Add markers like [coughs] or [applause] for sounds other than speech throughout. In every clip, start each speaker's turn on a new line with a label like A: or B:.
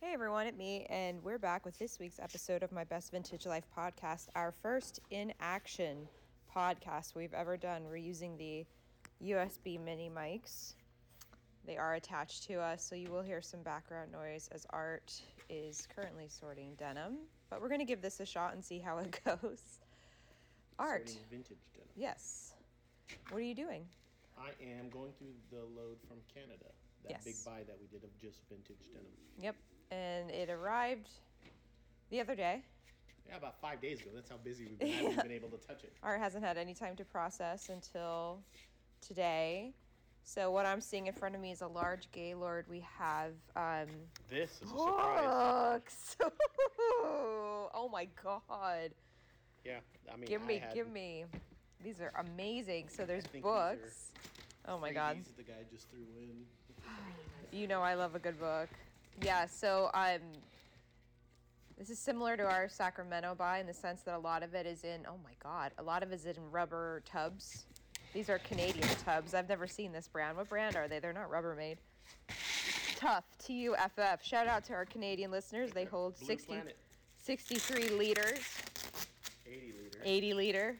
A: Hey everyone, it's me, and we're back with this week's episode of my Best Vintage Life podcast, our first in action podcast we've ever done. We're using the USB mini mics. They are attached to us, so you will hear some background noise as Art is currently sorting denim. But we're going to give this a shot and see how it [laughs] goes. Art,
B: Sorting vintage denim.
A: yes. What are you doing?
B: I am going through the load from Canada. That
A: Yes.
B: big buy that we did of just vintage denim.
A: Yep. And it arrived the other day.
B: Yeah, about five days ago. That's how busy we've been. I
A: [laughs]
B: haven't been able to touch it.
A: Art hasn't had any time to process until today. So what I'm seeing in front of me is a large Gaylord. We have um,
B: This is a surprise.
A: books. [laughs] oh my god!
B: Yeah, I mean,
A: Give
B: I
A: me,
B: had-
A: give me. These are amazing. So there's
B: think these
A: books. Oh my god!
B: These that The guy just threw in.
A: You know I love a good book. Yeah, so um this is similar to our Sacramento buy in the sense that a lot of it is in oh my god, a lot of it is in rubber tubs. These are Canadian tubs. I've never seen this brand. What brand are they? They're not Rubbermaid. Tough T U F F. Shout out to our Canadian listeners. They hold
B: Blue
A: 60,
B: Planet.
A: 63 liters.
B: 80 liter.
A: 80 liter.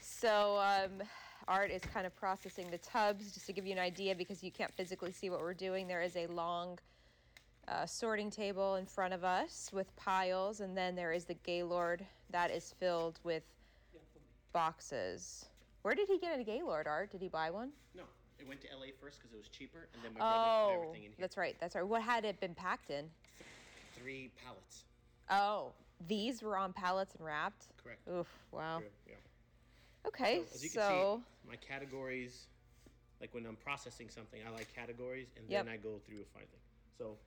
A: So um, Art is kind of processing the tubs just to give you an idea because you can't physically see what we're doing. There is a long uh, sorting table in front of us with piles, and then there is the Gaylord that is filled with boxes. Where did he get a Gaylord, Art? Did he buy one?
B: No, it went to LA first because it was cheaper, and then my brother put
A: Oh,
B: everything in here.
A: that's right. That's right. What had it been packed in?
B: Three pallets.
A: Oh, these were on pallets and wrapped?
B: Correct.
A: Oof, wow.
B: Yeah, yeah.
A: Okay,
B: As you
A: so.
B: can see, my categories, like when I'm processing something, I like categories, and
A: Yep.
B: then I go through a fine thing. So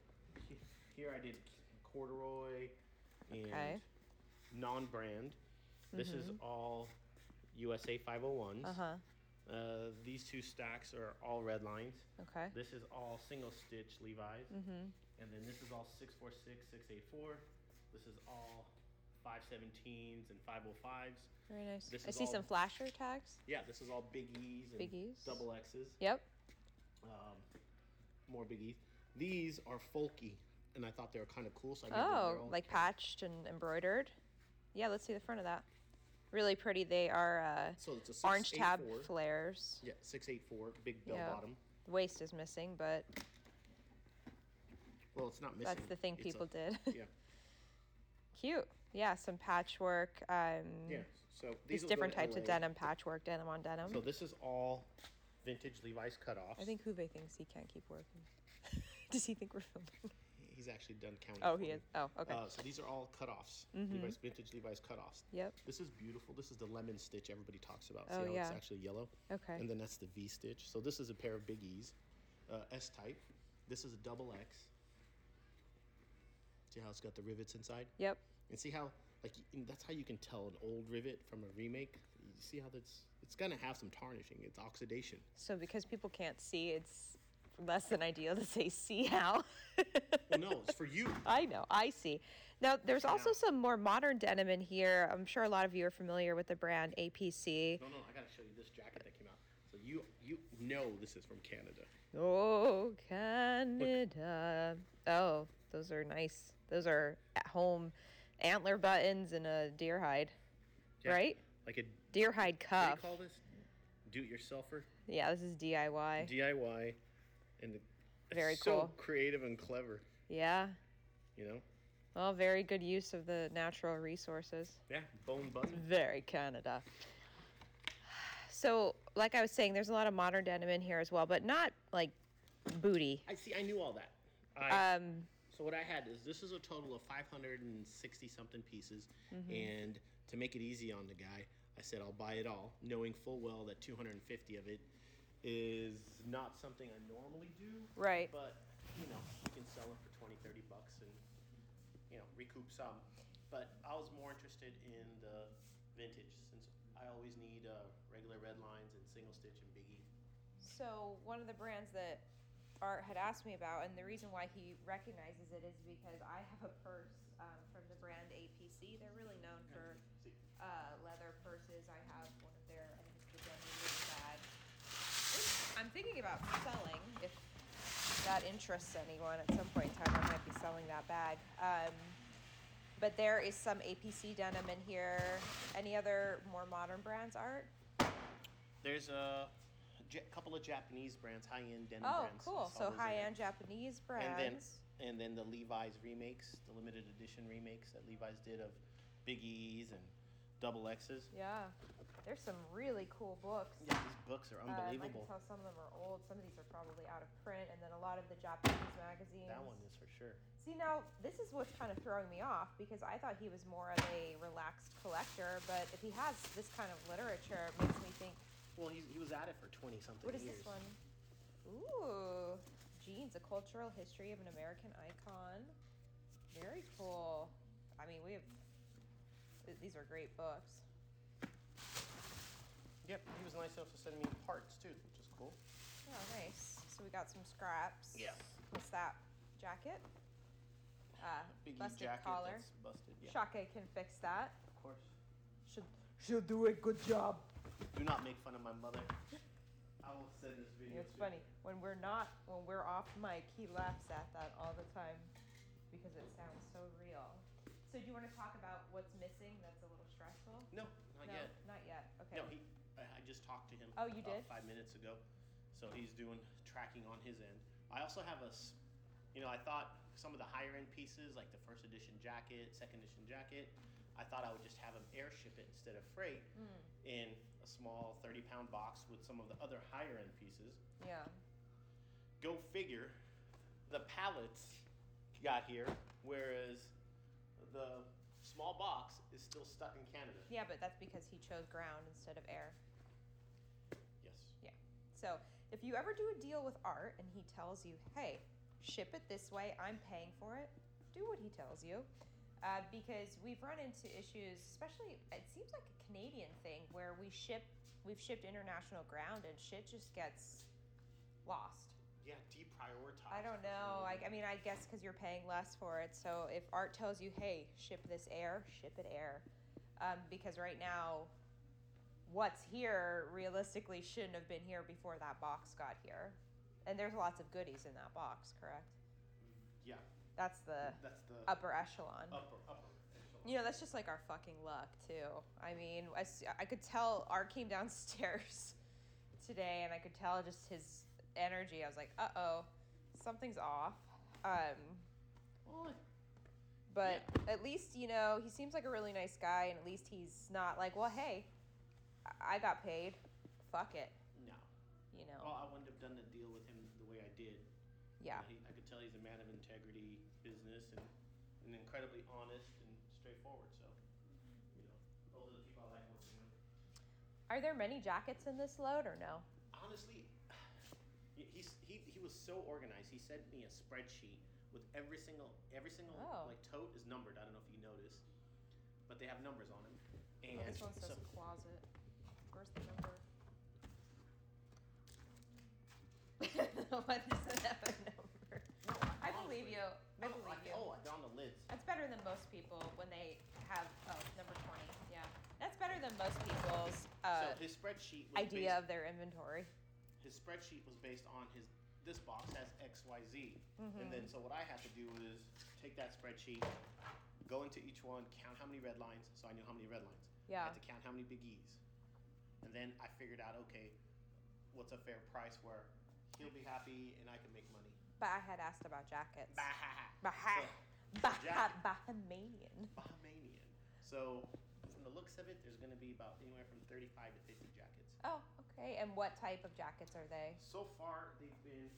B: he- here I did corduroy and
A: Okay. Mm-hmm.
B: non-brand. This is all USA 501s.
A: Uh-huh.
B: Uh, these two stacks are all red lines.
A: Okay. Mm-hmm.
B: This is all single stitch Levi's. And
A: Mm.
B: then this is all 646, 684. This is all 517s and 505s.
A: Very nice.
B: This
A: I
B: is
A: see
B: all-
A: some flasher tags.
B: Yeah, this is all big E's and
A: Big E's.
B: double X's.
A: Yep.
B: Um, more big E's. These are folky, and I thought they were kind of cool. So I made them their
A: Oh,
B: own.
A: like patched and embroidered. Yeah, let's see the front of that. Really pretty. They are uh,
B: so it's a six,
A: orange
B: eight,
A: tab
B: four.
A: flares.
B: Yeah, six eight four, big bell
A: Yeah.
B: bottom.
A: The waist is missing, but
B: Well, it's not missing.
A: That's the thing
B: it's
A: people
B: a-
A: did.
B: yeah,
A: [laughs] cute. Yeah, some patchwork. Um,
B: yeah. So these
A: These
B: will go
A: different
B: to
A: types
B: LA.
A: of denim, patchwork, denim on denim.
B: So this is all vintage Levi's cutoffs.
A: I think Huve thinks he can't keep working. [laughs] Does he think we're filming?
B: he's actually done counting.
A: Oh,
B: for
A: he
B: me.
A: is. Oh, okay. Mm-hmm.
B: Uh, so these are all cutoffs. Levi's vintage Levi's cutoffs.
A: Yep.
B: This is beautiful. This is the lemon stitch everybody talks about.
A: Oh,
B: See how
A: yeah.
B: it's actually yellow.
A: Okay.
B: And then that's the V stitch. So this is a pair of big E's, uh, S type. This is a double X. See how it's got the rivets inside?
A: Yep.
B: And see how like y- and that's how you can tell an old rivet from a remake. You see how that's it's gonna have some tarnishing. It's oxidation.
A: So because people can't see, it's less than ideal to say see how. [laughs]
B: Well, no, it's for you.
A: I know, I see. Now, there's also
B: Yeah.
A: some more modern denim in here. I'm sure a lot of you are familiar with the brand APC.
B: No, no, I gotta show you this jacket that came out. So you you know this is from Canada.
A: Oh, Canada. Oh, those are nice. Those are at home antler buttons and a deer hide,
B: Yeah.
A: right?
B: Like a
A: Deer hide
B: what do you
A: cuff.
B: call this? Do it yourselfer
A: Yeah, this is DIY.
B: DIY, and the, it's
A: Eh. Very
B: so
A: cool.
B: creative and clever.
A: yeah.
B: You know,
A: Well, very good use of the natural resources.
B: yeah, bone button.
A: very Canada. So, like I was saying, there's a lot of modern denim in here as well, but not like booty.
B: I see. I knew all that. I,
A: Um,
B: so what I had is this is a total of 560 something pieces, and to make it easy on the guy, I said I'll buy it all, knowing full well that 250 of it is not something I normally do.
A: Right.
B: But you know, you can sell it for 20, 30 bucks and you know recoup some. But I was more interested in the vintage since I always need uh, regular red lines and single stitch and biggie.
A: so, one of the brands that Art had asked me about, and the reason why he recognizes it is because I have a purse um, from the brand APC. They're really known for
B: See.
A: uh, leather purses. I have one of their, I think it's the Demi Lovato bag. Which I'm thinking about selling if if that interests anyone, at some point in time, I might be selling that bag. Um, but there is some APC denim in here. Any other more modern brands, Art?
B: There's a ja- couple of Japanese brands, high end denim
A: Oh,
B: brands. I
A: cool.
B: saw
A: So
B: those in
A: high
B: there.
A: end Japanese
B: And then,
A: brands.
B: and then the Levi's remakes, the limited edition remakes that Levi's did of Biggies and Double X's.
A: Yeah. There's some really cool books.
B: Yeah, these books are
A: Um, I can
B: unbelievable.
A: tell some of them are old. Some of these are probably out of print, and then a lot of the Japanese magazines.
B: that one is for sure.
A: See now, this is what's kind of throwing me off because I thought he was more of a relaxed collector, but if he has this kind of literature, it makes me think,
B: Well, he, he was at it for 20 something
A: what is
B: years.
A: this one? Ooh, jeans, a cultural history of an American icon. Very cool. I mean, we have th- these are great books.
B: Yep, he was nice enough to send me parts too, which is cool.
A: Oh, nice. So we got some scraps.
B: Yeah.
A: What's that? Jacket? Uh,
B: Biggie
A: busted
B: jacket
A: collar.
B: that's busted. Yeah,
A: Shaka can fix that.
B: of course.
A: Should she'll do a good job.
B: Do not make fun of my mother. I will send this video.
A: It's
B: to
A: funny when we're not when we're off mic, he laughs at that all the time because it sounds so real. So do you want to talk about what's missing? That's a little stressful.
B: you. No, not
A: no,
B: yet.
A: not yet. Okay.
B: No, he. I, I just talked to him.
A: Oh, you did?
B: about Five minutes ago, so he's doing tracking on his end. I also have a, s- you know, I thought some of the higher end pieces, like the first edition jacket, second edition jacket, I thought I would just have him airship it instead of freight
A: Mm,
B: in a small thirty pound box with some of the other higher end pieces.
A: yeah.
B: Go figure, the pallets got here, whereas the small box is still stuck in Canada.
A: Yeah, but that's because he chose ground instead of air.
B: Yes.
A: So if you ever do a deal with Art and he tells you, hey, ship it this way, I'm paying for it, do what he tells you. Uh, because we've run into issues, especially it seems like a Canadian thing where we ship, we've shipped international ground and shit just gets lost.
B: Yeah, deprioritize.
A: I don't know. I, I mean, I guess because you're paying less for it. So if art tells you, hey, ship this air, ship it air. Um, because right now, what's here realistically shouldn't have been here before that box got here. And there's lots of goodies in that box, correct?
B: Yeah,
A: That's the
B: that's the
A: upper echelon.
B: upper upper.
A: You know, that's just like our fucking luck, too. I mean, I, s- I could tell Art came [laughs] downstairs today and I could tell just his energy. I was like, uh oh, something's off. Um,
B: Well,
A: But at least, you know, he seems like a really nice guy, and at least he's not like, well, hey, I- I got paid. Fuck it,
B: no.
A: you know?
B: Well, I wouldn't have done the deal with him the way I did.
A: yeah.
B: You know, he, I could tell he's a man of integrity, business, and, and incredibly honest and straightforward. So, you know, those are the people I like working with.
A: Are there many jackets in this load or no?
B: honestly, he- he's, he he was so organized. He sent me a spreadsheet with every single every single
A: Oh.
B: like tote is numbered. I don't know if you noticed, but they have numbers on them.
A: Oh,
B: And so,
A: closet. Where's the number? [laughs] Why does it have a number?
B: no,
A: I believe you. I
B: No,
A: believe
B: I-
A: you.
B: Oh, they're on the lids.
A: That's better than most people when they have, oh, number 20. Yeah. That's better than most people's uh,
B: so his spreadsheet was
A: idea of their inventory.
B: Based, his spreadsheet was based on his. This box has X Y Z,
A: Mhm.
B: and then so what I had to do is take that spreadsheet, go into each one, count how many red lines, so I knew how many red lines.
A: Yeah.
B: I had to count how many Big E's. And then I figured out, okay, what's a fair price where he'll be happy and I can make money.
A: But I had asked about jackets.
B: Bah,
A: Baha, Baha,
B: jacket.
A: Bahamian.
B: Bahamian. So from the looks of it, there's going to be about anywhere from 35 to 50 jackets.
A: Oh, okay. And what type of jackets are they?
B: So far, they've been,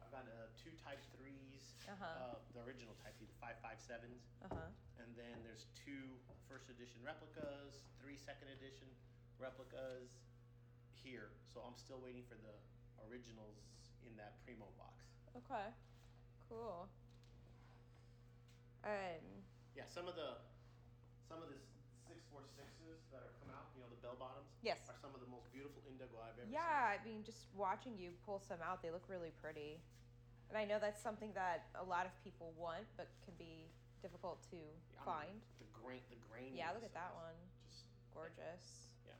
B: I've got uh, two type threes,
A: Uh-huh.
B: uh, the original type three, the 557s,
A: Uh huh.
B: and then there's two first edition replicas, three second edition replicas here. So I'm still waiting for the originals in that Primo box.
A: Okay. Cool. Um.
B: Yeah, some of the some of the six four sixes that are come out, you know, the bell bottoms,
A: Yes.
B: are some of the most beautiful indigo I've ever
A: Yeah.
B: seen.
A: I mean, just watching you pull some out, they look really pretty. And I know that's something that a lot of people want, but can be difficult to
B: I mean,
A: find.
B: The grain, the grain.
A: Yeah. Look at that one.
B: Just
A: Gorgeous.
B: Yeah.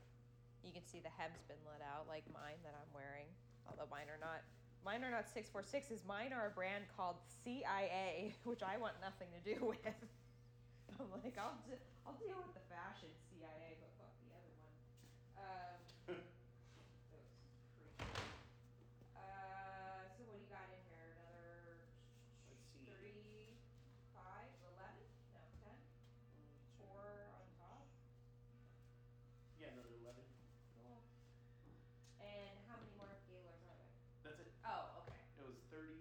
A: You can see the hem's been let out, like mine that I'm wearing, although mine are not Mine are not 646s. Mine are a brand called CIA, [laughs] which I want nothing to do [laughs] with. I'm like, I'll, d- I'll deal with the fashion CIA, but fuck the other one. Um,
B: [laughs]
A: that was crazy. Uh, so what do you got in here? Another
B: Let's see.
A: 35, 11? No, 10? Four on top?
B: Yeah, another eleven.
A: Cool. And how many more Gaylords are there?
B: That's it.
A: Oh, okay.
B: It was 30,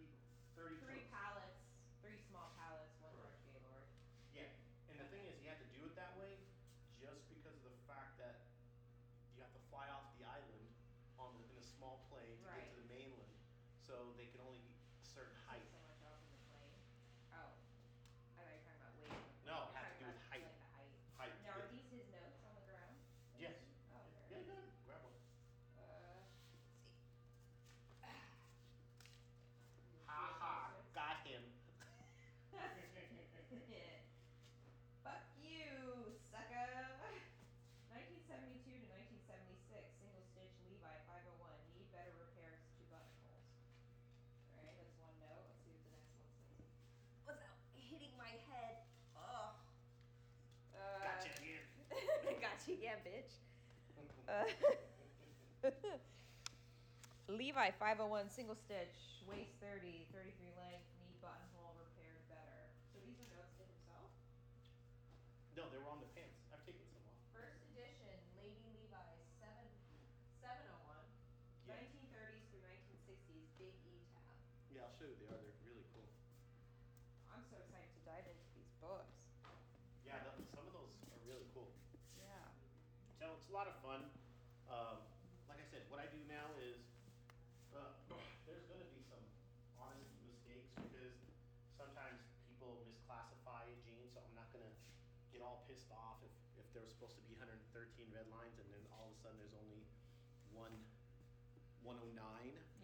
B: 30
A: Three
B: totes.
A: pallets, three small pallets, one large Gaylord.
B: And the thing is, you have to do it that way just because of the fact that you have to fly off the island on the, in a small plane to get
A: Right.
B: to the mainland. So they can only be a certain height.
A: So much else in the plane. Oh, I thought you were talking about weight.
B: No,
A: You're
B: it has to
A: talking
B: do with
A: about,
B: height.
A: Like the height.
B: Height.
A: Now, are these his notes on the ground?
B: Yes.
A: Oh,
B: Yeah,
A: very.
B: yeah. Grab one.
A: Uh, let's see. [sighs]
B: Ha ha. Got him.
A: [laughs] Fuck you, sucker. 1972 to 1976, single stitch Levi 501. Need better repairs to buttonholes. All right, that's one note. Let's see what the next one says. Without hitting my head. Ugh. Uh, [laughs]
B: Gotcha again.
A: gotcha, yeah, bitch. Uh, [laughs] Levi 501 single stitch, waist 30, 33 length, knee buttonhole repaired better. So these are notes to himself.
B: [laughs] No, they were on the pants. I've taken some off.
A: First edition, Lady Levi oh 7, 701,
B: Yeah.
A: 1930s through 1960s, big E tab.
B: Yeah, I'll show you they are. They're really cool.
A: I'm so excited to dive into these books.
B: Yeah, that, some of those are really cool.
A: Yeah.
B: So it's a lot of fun. Um, like I said, what I do now is uh, there's going to be some honest mistakes because sometimes people misclassify a gene, so I'm not going to get all pissed off if, if there was supposed to be 113 red lines and then all of a sudden there's only one 109.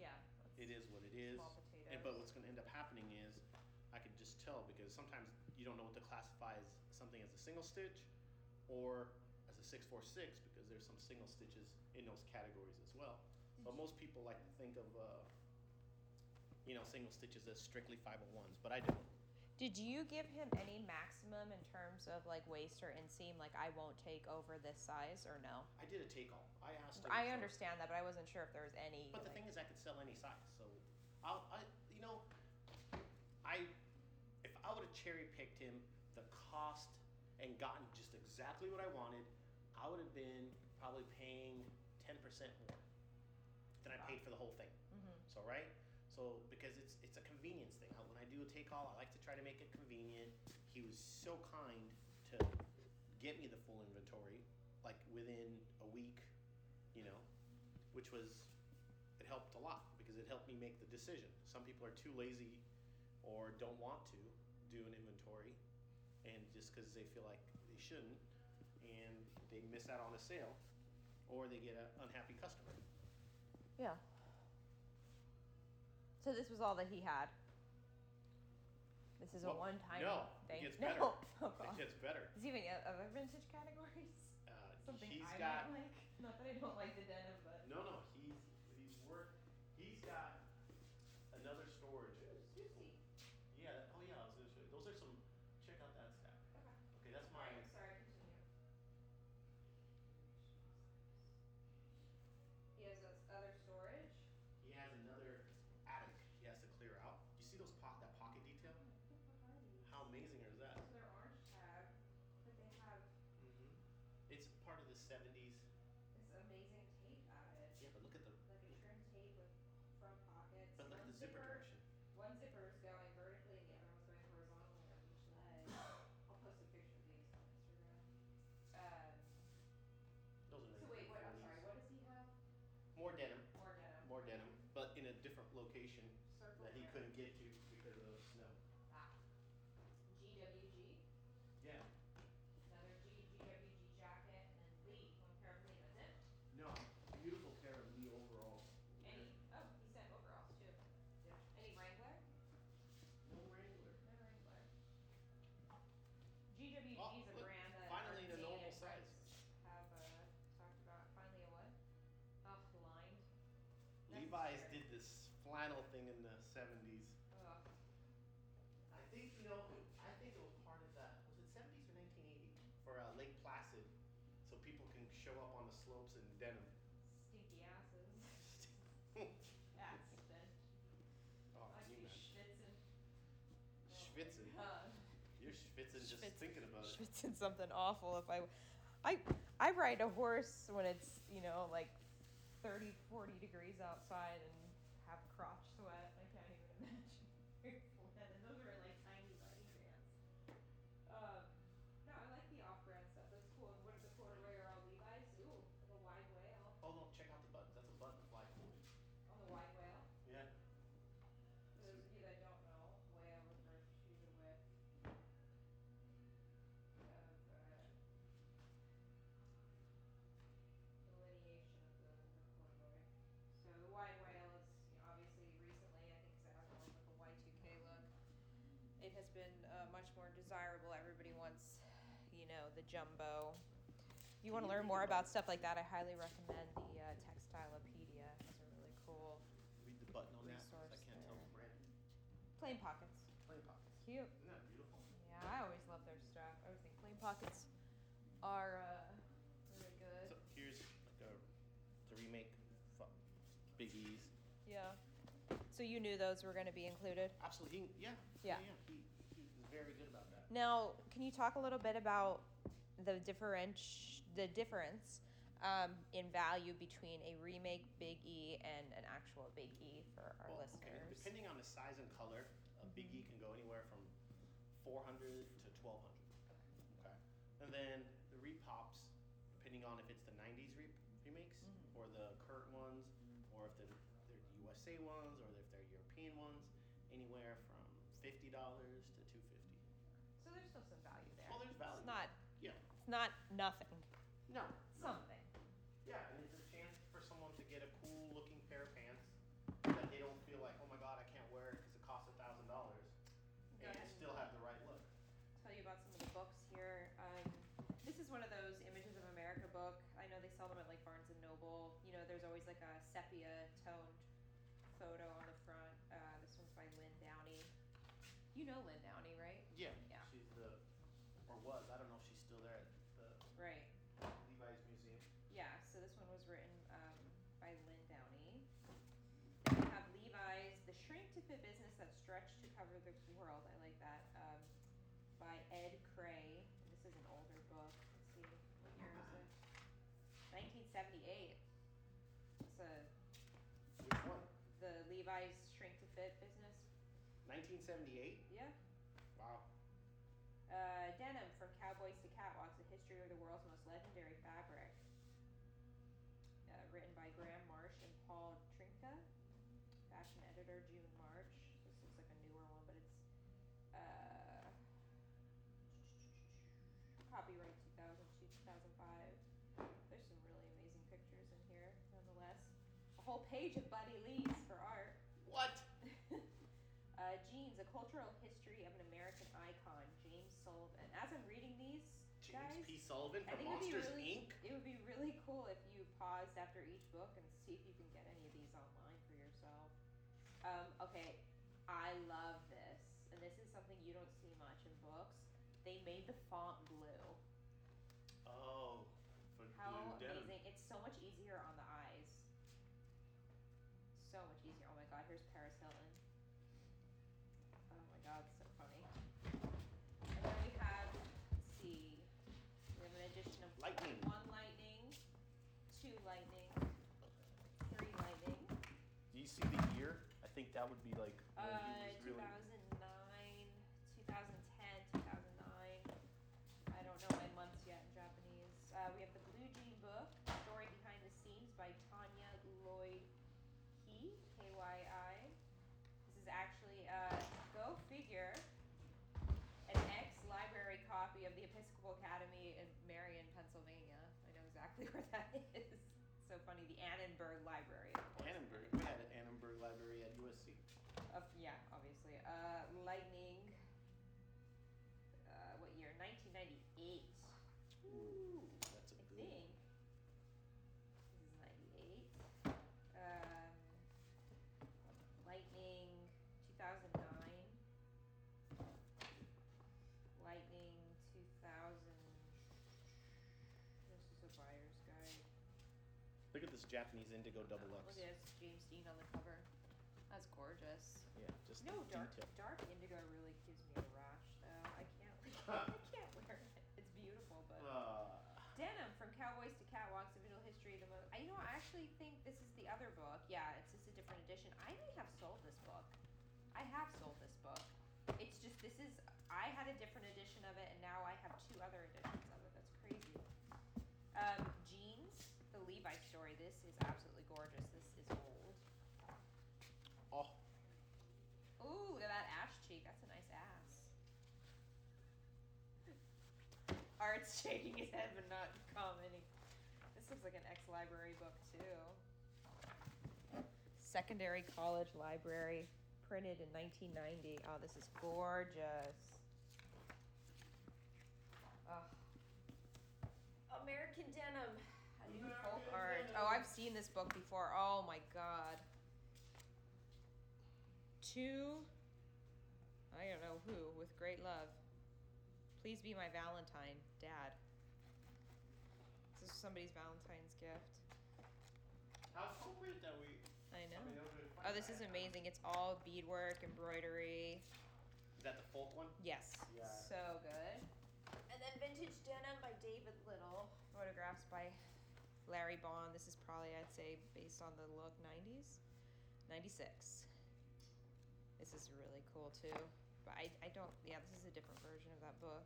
A: Yeah.
B: It is what it is.
A: Small potatoes.
B: And, but what's going to end up happening is I could just tell because sometimes you don't know what to classify as something as a single stitch or as a 646 because there's some single stitches in those categories as well. But most people like to think of, uh, you know, single stitches as strictly 501s, but I don't.
A: Did you give him any maximum in terms of like waist or inseam? Like, I won't take over this size or no?
B: I did a take all. I asked. him
A: I
B: for-
A: understand that, but I wasn't sure if there was any.
B: But the
A: like-
B: thing is, I could sell any size. So, I'll, I, you know, I, if I would have cherry picked him, the cost, and gotten just exactly what I wanted, I would have been probably paying ten percent more than I paid for the whole thing.
A: Mhm.
B: So right, so because it's it's a convenience thing. I, when I do a take all, I like to try to make it convenient. He was so kind to get me the full inventory, like within a week, you know, which was it helped a lot because it helped me make the decision. Some people are too lazy or don't want to do an inventory, and just because they feel like they shouldn't, and they miss out on a sale, or they get an unhappy customer.
A: Yeah. So this was all that he had. This is
B: Well,
A: a one-time
B: no, it
A: thing.
B: gets
A: [laughs]
B: better.
A: no, oh
B: It
A: god.
B: gets better.
A: Is he even uh, other vintage categories? [laughs]
B: Uh,
A: Something
B: he's
A: I
B: got
A: don't like. [laughs] Not that I don't like the denim, but
B: no, no. He's he's work. He's got another storage.
A: juicy.
B: Yeah. that- Oh yeah. I was gonna show you. Those are some. Check out that stack.
A: Okay.
B: Okay, that's
A: All right,
B: mine.
A: sorry, continue. He has this other storage.
B: He has another attic. He has to clear out. You see those po- that pocket detail? How amazing is that?
A: So they're orange tab, but they have
B: Mm-hmm. It's part of the '70s.
A: this amazing tape added.
B: Yeah, but look at the
A: like a trim tape with front pockets.
B: but look at
A: one
B: the zipper
A: One zipper
B: direction.
A: is going vertically and the other one's going horizontally on each leg.
B: [coughs]
A: I'll post a picture of these on Instagram. Uh,
B: Those are.
A: so
B: the
A: wait, what? I'm
B: 40s.
A: sorry. What does he have?
B: More denim.
A: More denim.
B: More denim, but in a different location
A: Circle.
B: that he
A: denim.
B: couldn't get to because of snow.
A: Ah. GWG.
B: Yeah.
A: Another G, GWG jacket, and then Lee. One pair of Lee. That's it.
B: No, beautiful pair of Lee overalls.
A: Any? Oh, he sent overalls too.
B: Yeah.
A: Any Wrangler?
B: No Wrangler.
A: No Wrangler. GWG
B: Oh,
A: is a
B: look,
A: brand that
B: finally in a
A: Armani
B: normal
A: and
B: size.
A: Price Have uh, talked about finally a what? Oh, lined. That's
B: Levi's
A: true.
B: did this flannel thing in the seventies. I think you know. I think it was part of that. Was it seventies or nineteen eighty for uh, Lake Placid, so people can show up on the slopes in denim. [laughs]
C: Stinky asses. Ass stench.
B: oh,
C: Must
B: you
C: be
B: man,
C: schwitzing.
B: Oh. schwitzing.
C: Uh,
B: You're schwitzing just
A: Schwitz-
B: thinking about it.
A: Schwitz did something awful if I, I, I ride a horse when it's you know like 30, 40 degrees outside and have crotch sweat.
C: I can't even [laughs] imagine your forehead. And those are like tiny bunny pants. Um, no, I like the off-brand stuff. That's cool. And what if the corduroy or all Levi's? Ooh, the wide whale.
B: Oh no, check out the buttons. That's a button fly.
C: On the wide whale.
B: Yeah.
C: For those of you that don't know, whale refers to the whip
A: uh,
C: of uh, the lineation of the, the corduroy. So the white whale is you know, obviously recently, I think, 'cause it has more of a Y2K look.
A: It has been uh, much more desirable. Everybody wants, you know, the jumbo. If you want to learn more about stuff like that, I highly recommend the uh, Textilopedia. It's a really cool
B: Read the button on that 'cause I
A: Resource
B: can't tell
A: there.
B: the brand.
A: plain pockets.
B: Plain pockets.
A: Cute.
B: Isn't that beautiful?
A: Yeah, I always love their strap. I always think plain pockets are uh, really good.
B: So here's like a the remake, from Big E's.
A: Yeah. So you knew those were going to be included.
B: Absolutely. He, yeah.
A: Yeah.
B: He, he was very good about that.
A: Now, can you talk a little bit about the difference, the difference um, in value between a remake Big E and an actual Big E for our
B: Well, okay,
A: listeners? Mm-hmm.
B: Depending on the size and color, a Big E can go anywhere from 400 to 1200. Okay. And then the repops, depending on if it's the 90s re- remakes
A: Mm-hmm.
B: or the current ones, or if they're, they're USA ones or if they're European ones, anywhere from $50 to 250
A: So there's still some value there.
B: Well, there's value.
A: It's not.
B: Yeah.
A: It's not nothing.
B: No.
A: Something.
B: Yeah, and it's a chance for someone to get a cool looking pair of pants that they don't feel like, oh my god, I can't wear it because it costs a thousand dollars, and
A: Yeah.
B: still have the right look.
A: tell you about some of the books here. Um, this is one of those Images of America book. I know they sell them at like Barnes and Noble. You know, there's always like a sepia toned photo on the front. Uh, this one's by Lynn Downey. You know Lynn Downey, right?
B: Yeah.
A: Yeah.
B: She's the, or was, I don't know if she's still there at the
A: Right.
B: Levi's Museum.
A: Yeah. So this one was written um, by Lynn Downey. We have Levi's, the shrink to fit business that stretched to cover the world. I like that. Um, by Ed Cray. This is an older book. Let's see, what year is it? 1978. So
B: Which one?
A: the Levi's shrink to fit business.
B: 1978?
A: Yeah.
B: Wow.
A: Uh, denim from cowboys to catwalks, a history of the world's most legendary fabric. Uh, written by Graham Marsh and Paul Trinka, fashion editor June March. This looks like a newer one, but it's uh, copyright 2002 2005. There's some really amazing pictures in here, nonetheless. A whole page of Buddy Lee's for art.
B: What?
A: uh, jeans, a cultural history of an American icon, James Sullivan. As I'm reading these, Guys,
B: James P. Sullivan
A: I
B: from
A: think it'd be
B: Monsters
A: really-
B: Inc.
A: it would be really cool if you paused after each book and see if you can get any of these online for yourself. Um, okay, I love this, and this is something you don't see much in books. They made the font blue.
B: Oh, for
A: How
B: blue denim.
A: amazing! It's so much easier on the eyes. So much easier. Oh my god, here's Paris Hilton. Oh my god, it's so funny. And then we have, let's see, we have an edition of
B: Lightning.
A: one lightning, two lightning, three lightning.
B: Do you see the year? I think that would be like when
A: Uh,
B: he was
A: 2009,
B: really.
A: 2010, 2009. I don't know my months yet in Japanese. Uh, we have the Blue Jean book, Story Behind the Scenes by Tanya Lloyd He, K Y I. This is actually, uh, go figure, an ex library copy of the Episcopal Academy in Marion, Pennsylvania. I know exactly [laughs] where that is. So funny, the Annenberg Library, of course.
B: Annenberg. We had an Annenberg library at USC.
A: Of yeah, obviously. Uh, Lightning. Uh, what year? 1998. Ooh,
B: That's a
A: I
B: good
A: think. This is 98. Um,
B: Japanese indigo Oh, double X.
C: Look at this James Dean on the cover. That's gorgeous.
B: Yeah, just
C: No, dark
B: detail.
C: dark indigo really gives me a rash though. I can't [laughs] I can't wear it. It's beautiful, but
B: Uh,
C: Denim from Cowboys to Catwalks: The Visual History of the Most. I you know I actually think this is the other book. Yeah, it's just a different edition. I may have sold this book. I have sold this book. It's just this is I had a different edition of it, and now I have two other editions of it. That's crazy. Um, jeans, the Levi story. This is absolutely gorgeous. This is old.
B: oh,
C: Ooh, look at that ash cheek. That's a nice ass. Art's [laughs] shaking his head but not commenting. This looks like an ex library book, too.
A: Secondary college library, printed in 1990. Oh, this is gorgeous. Oh,
C: American Denim. A new folk art.
B: American Denim.
C: Oh, I've seen this book before. Oh my god.
A: to I don't know who with great love. Please be my Valentine, Dad. This is somebody's Valentine's gift.
B: how appropriate that we.
A: I know.
B: somebody else would
A: Oh,
B: find
A: this
B: that.
A: is amazing. It's all beadwork, embroidery.
B: Is that the folk one?
A: Yes.
B: Yeah.
C: So good. And then Vintage Denim by David Little.
A: Photographs by Larry Bond. This is probably, I'd say, based on the look, 90s? 96. This is really cool, too. But I, I don't, yeah, this is a different version of that book.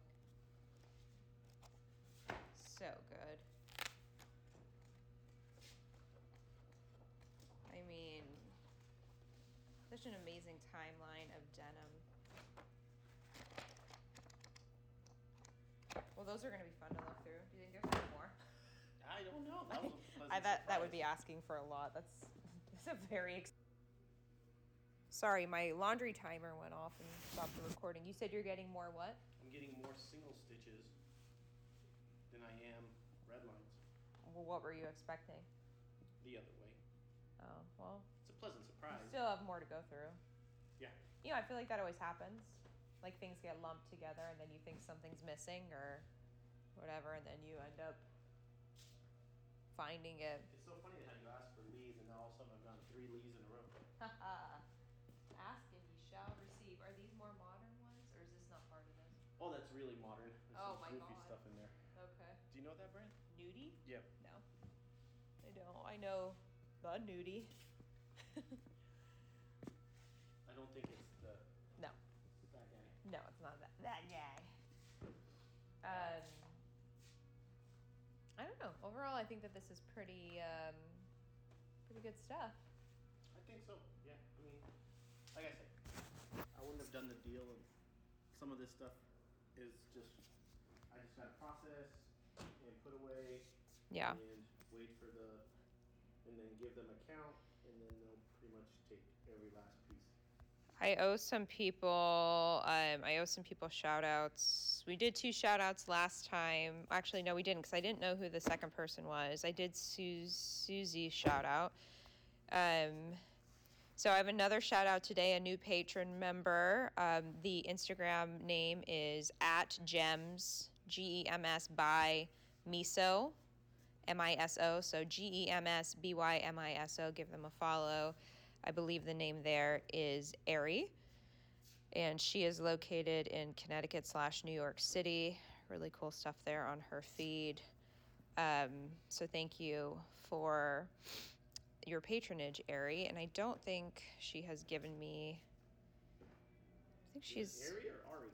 A: So good. I mean, such an amazing timeline of denim. Well, those are going to be fun to look through. Do you think there's any more?
B: I don't know.
A: [laughs]
B: That was a pleasant
A: I, that that would be
B: surprise.
A: asking for a lot. That's [laughs] that's a very. Ex- Sorry, my laundry timer went off and stopped the recording. You said you're getting more what?
B: I'm getting more single stitches than I am red lines
A: Well, what were you expecting?
B: the other way.
A: Oh well,
B: It's a pleasant
A: you
B: surprise.
A: still have more to go through.
B: Yeah.
A: You know, I feel like that always happens. Like things get lumped together, and then you think something's missing or whatever, and then you end up finding it.
B: It's so funny how you asked for leaves and now all of a sudden I've done three leaves in a row.
A: [laughs] Ask and you shall receive. Are these more modern ones, or is this not part of this?
B: Oh, that's really modern. There's
A: Oh
B: some
A: my
B: goofy
A: God.
B: stuff in there.
A: Okay.
B: Do you know that brand?
A: Nudie?
B: Yeah.
A: No. I don't. I know the nudie. [laughs]
B: I don't think it's the.
A: No.
B: That guy.
A: no, it's not that. That guy. Um, I don't know. Overall, I think that this is pretty, um, pretty good stuff.
B: I think so. Yeah. I mean, like I said, I wouldn't have done the deal of some of this stuff is just I just gotta process and put away
A: Yeah.
B: and wait for the and then give them a count and then they'll pretty much take every last piece.
A: I owe some people. Um, I owe some people shout outs. We did two shout outs last time. Actually, no, we didn't because I didn't know who the second person was. I did Su- Susie's shout out. Um, so I have another shout out today, a new patron member. Um, the Instagram name is at gems, G E M S by miso, M I S O. So G E M S B Y M I S O. Give them a follow. I believe the name there is Ari. And she is located in Connecticut slash New York City. Really cool stuff there on her feed. Um, so thank you for your patronage, Ari. And I don't think she has given me. I think
B: Is
A: she's.
B: it Ari or Ari?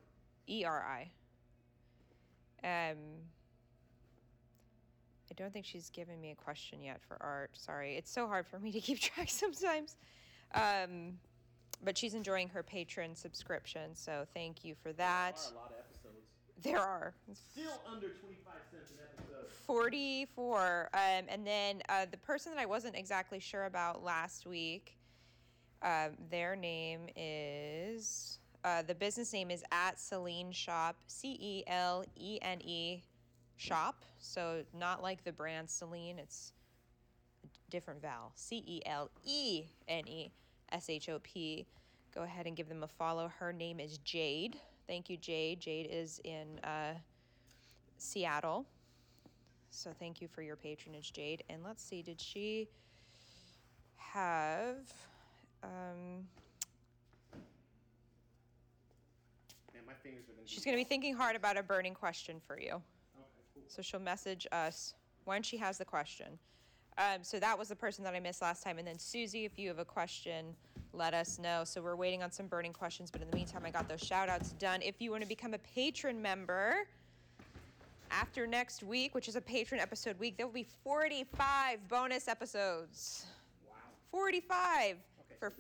A: E R I. Um, I don't think she's given me a question yet for art. Sorry, it's so hard for me to keep [laughs] track sometimes. Um, but she's enjoying her patron subscription, so thank you for that.
B: There are a lot of episodes.
A: There are
B: Still under twenty five cents an episode.
A: 44. Um, and then uh, the person that I wasn't exactly sure about last week, um, their name is, uh, the business name is at Celine Shop, C E L E N E Shop. So not like the brand Celine, it's a different vowel. C E L E N E S H O P. Go ahead and give them a follow. Her name is Jade. Thank you, Jade. Jade is in uh, Seattle. So thank you for your patronage, Jade. And let's see, did she have. Um,
B: Man, my fingers are gonna.
A: she's
B: be-
A: going to be thinking hard about a burning question for you.
B: Okay, cool.
A: So she'll message us when she has the question. Um, so that was the person that I missed last time. And then Susie, if you have a question, let us know. So we're waiting on some burning questions. But in the meantime, I got those shout outs done. If you want to become a patron member, after next week, which is a patron episode week, there will be 45 bonus episodes.
B: Wow.
A: 45
B: Okay,
A: for
B: so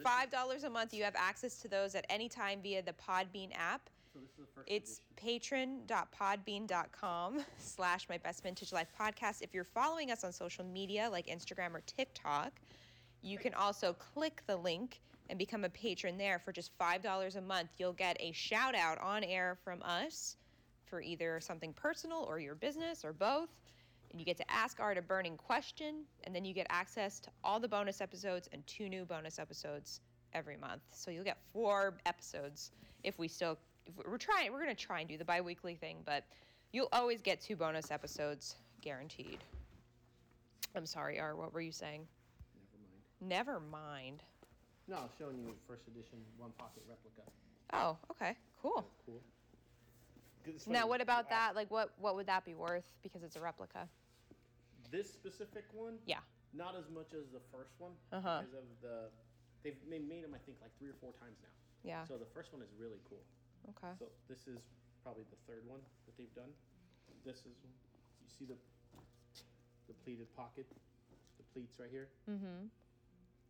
B: this
A: $5
B: is-
A: a month. You have access to those at any time via the Podbean app.
B: So this is the first.
A: It's
B: edition.
A: patron.podbean.com [laughs] slash my best vintage life podcast. If you're following us on social media like Instagram or TikTok, you can also click the link and become a patron there for just $5 a month. You'll get a shout out on air from us for either something personal or your business or both. And you get to ask Art a burning question, and then you get access to all the bonus episodes and two new bonus episodes every month. So you'll get four episodes if we still if we're trying we're gonna try and do the bi-weekly thing, but you'll always get two bonus episodes guaranteed. I'm sorry, Art, what were you saying?
B: Never
A: Never
B: mind.
A: mind.
B: No, I was showing you first edition one pocket replica.
A: Oh, okay, cool.
B: Cool. Good- it's
A: Now
B: funny,
A: what
B: you
A: about
B: asked-
A: that? Like what what would that be worth? Because it's a replica.
B: This specific one,
A: Yeah.
B: not as much as the first one
A: Uh-huh.
B: because of the they've they made them I think like three or four times now.
A: Yeah.
B: So the first one is really cool.
A: Okay.
B: So this is probably the third one that they've done. This is you see the the pleated pocket, the pleats right here.
A: Mm-hmm.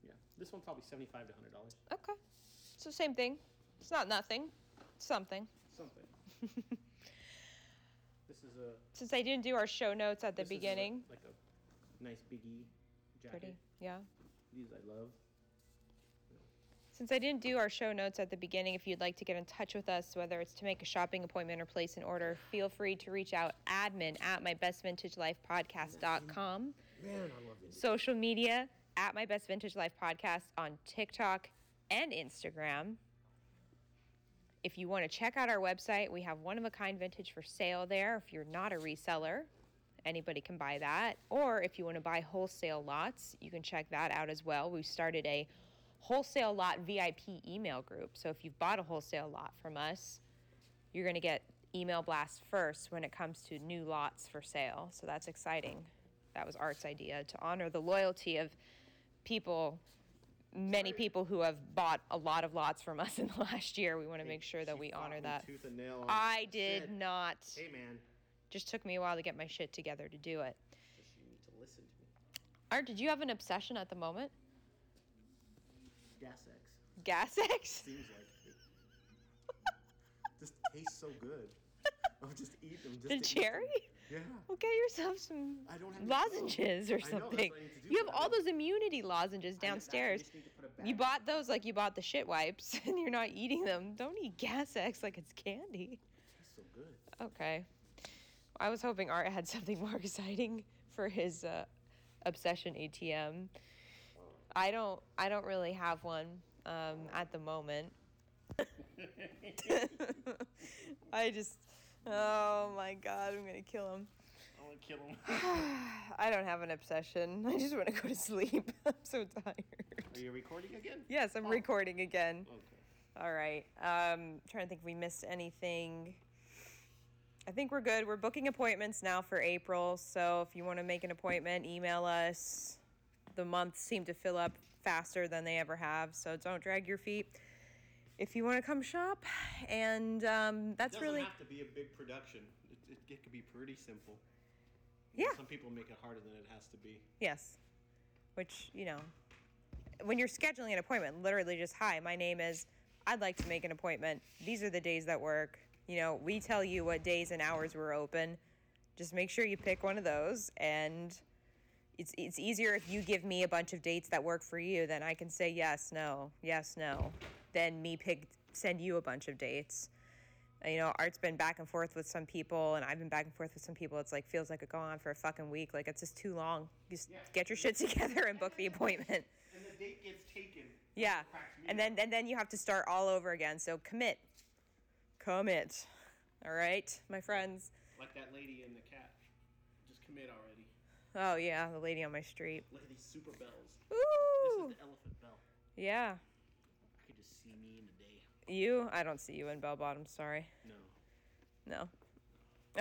B: Yeah, this one's probably seventy five to hundred dollars.
A: Okay. So same thing. It's not nothing. It's something.
B: Something. [laughs] this is a
A: Since I didn't do our show notes at the
B: this is a-
A: beginning.
B: like a nice biggie jacket.
A: Pretty. Yeah.
B: These I love.
A: Since I didn't do our show notes at the beginning, if you'd like to get in touch with us, whether it's to make a shopping appointment or place an order, feel free to reach out admin at mybestvintagelifepodcast.com.
B: Man, I love this.
A: Social media at my best vintage life podcast on TikTok and Instagram. If you want to check out our website, we have one of a kind vintage for sale there. If you're not a reseller, anybody can buy that. Or if you want to buy wholesale lots, you can check that out as well. We started a wholesale lot VIP email group. So if you've bought a wholesale lot from us, you're going to get email blasts first when it comes to new lots for sale. So that's exciting. That was Art's idea to honor the loyalty of people, many people who have bought a lot of lots from us [laughs] in the last year. We want to make sure that
B: She
A: we
B: fought
A: honor
B: me
A: that.
B: Tooth and nail on
A: I
B: it.
A: did
B: Said,
A: not.
B: Hey man,
A: Just took me a while to get my shit together to do it.
B: just you need to listen to me.
A: Art, did you have an obsession at the moment?
B: Gas X
A: Gas X?
B: seems like
A: [laughs]
B: it. just tastes so good. I'm just eating them. Just
A: The
B: to eat them.
A: cherry?
B: Yeah.
A: Well, get yourself some
B: I don't have any
A: lozenges or
B: I know, that's what I
A: something.
B: need to do,
A: You have
B: but I
A: all
B: don't-
A: those immunity lozenges
B: I know, that's what I
A: downstairs.
B: just need to put a
A: You
B: bag-
A: bought those like you bought the shit wipes [laughs] and you're not eating them. Don't eat Gas X like it's candy.
B: Tastes so good.
A: Okay. I was hoping Art had something [laughs] more exciting for his uh, obsession ATM. I don't. I don't really have one um, at the moment. [laughs] I just. Oh my god! I'm gonna kill him.
B: [laughs]
A: [sighs]
B: I want to kill him.
A: I don't have an obsession. [laughs] I just want to go to sleep. [laughs] I'm so tired.
B: Are you recording again?
A: Yes, I'm
B: Oh.
A: recording again.
B: Okay.
A: All right. Um, trying to think if we missed anything. I think we're good. We're booking appointments now for April. So if you want to make an appointment, email us. The months seem to fill up faster than they ever have. So don't drag your feet. If you want to come shop, and um, that's
B: doesn't
A: really
B: have to be a big production. It, it, it could be pretty simple.
A: Yeah.
B: Some people make it harder than it has to be.
A: yes. Which you know, when you're scheduling an appointment, literally just hi, my name is. I'd like to make an appointment. These are the days that work. You know, we tell you what days and hours we're open. Just make sure you pick one of those and it's it's easier if you give me a bunch of dates that work for you then I can say yes, no, yes, no. Then me pick send you a bunch of dates. Uh, You know, Art's been back and forth with some people, and I've been back and forth with some people. It's like feels like it go on for a fucking week. Like it's just too long. Just get your shit [laughs] together and book the appointment.
B: And the date gets taken.
A: Yeah.
B: Cracks me
A: And then and then you have to start all over again. So commit. Commit. All right, my friends.
B: Like that lady and the cat. Just commit already.
A: Oh yeah, the lady on my street.
B: Look at these super bells. This
A: Ooh.
B: is the elephant bell.
A: Yeah.
B: I could just see me in a day.
A: You? I don't see you in bell bottoms. Sorry.
B: No.
A: No.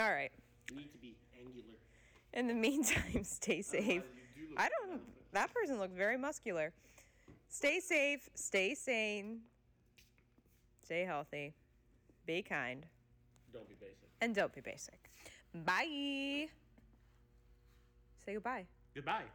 A: All right.
B: You need to be angular.
A: In the [laughs] meantime, stay safe.
B: Otherwise, you do look
A: I
B: like an
A: don't.
B: elephant.
A: That person looked very muscular. Stay safe. Stay sane. Stay healthy. Be kind.
B: Don't be basic.
A: And don't be basic. Bye. Say goodbye.
D: Goodbye.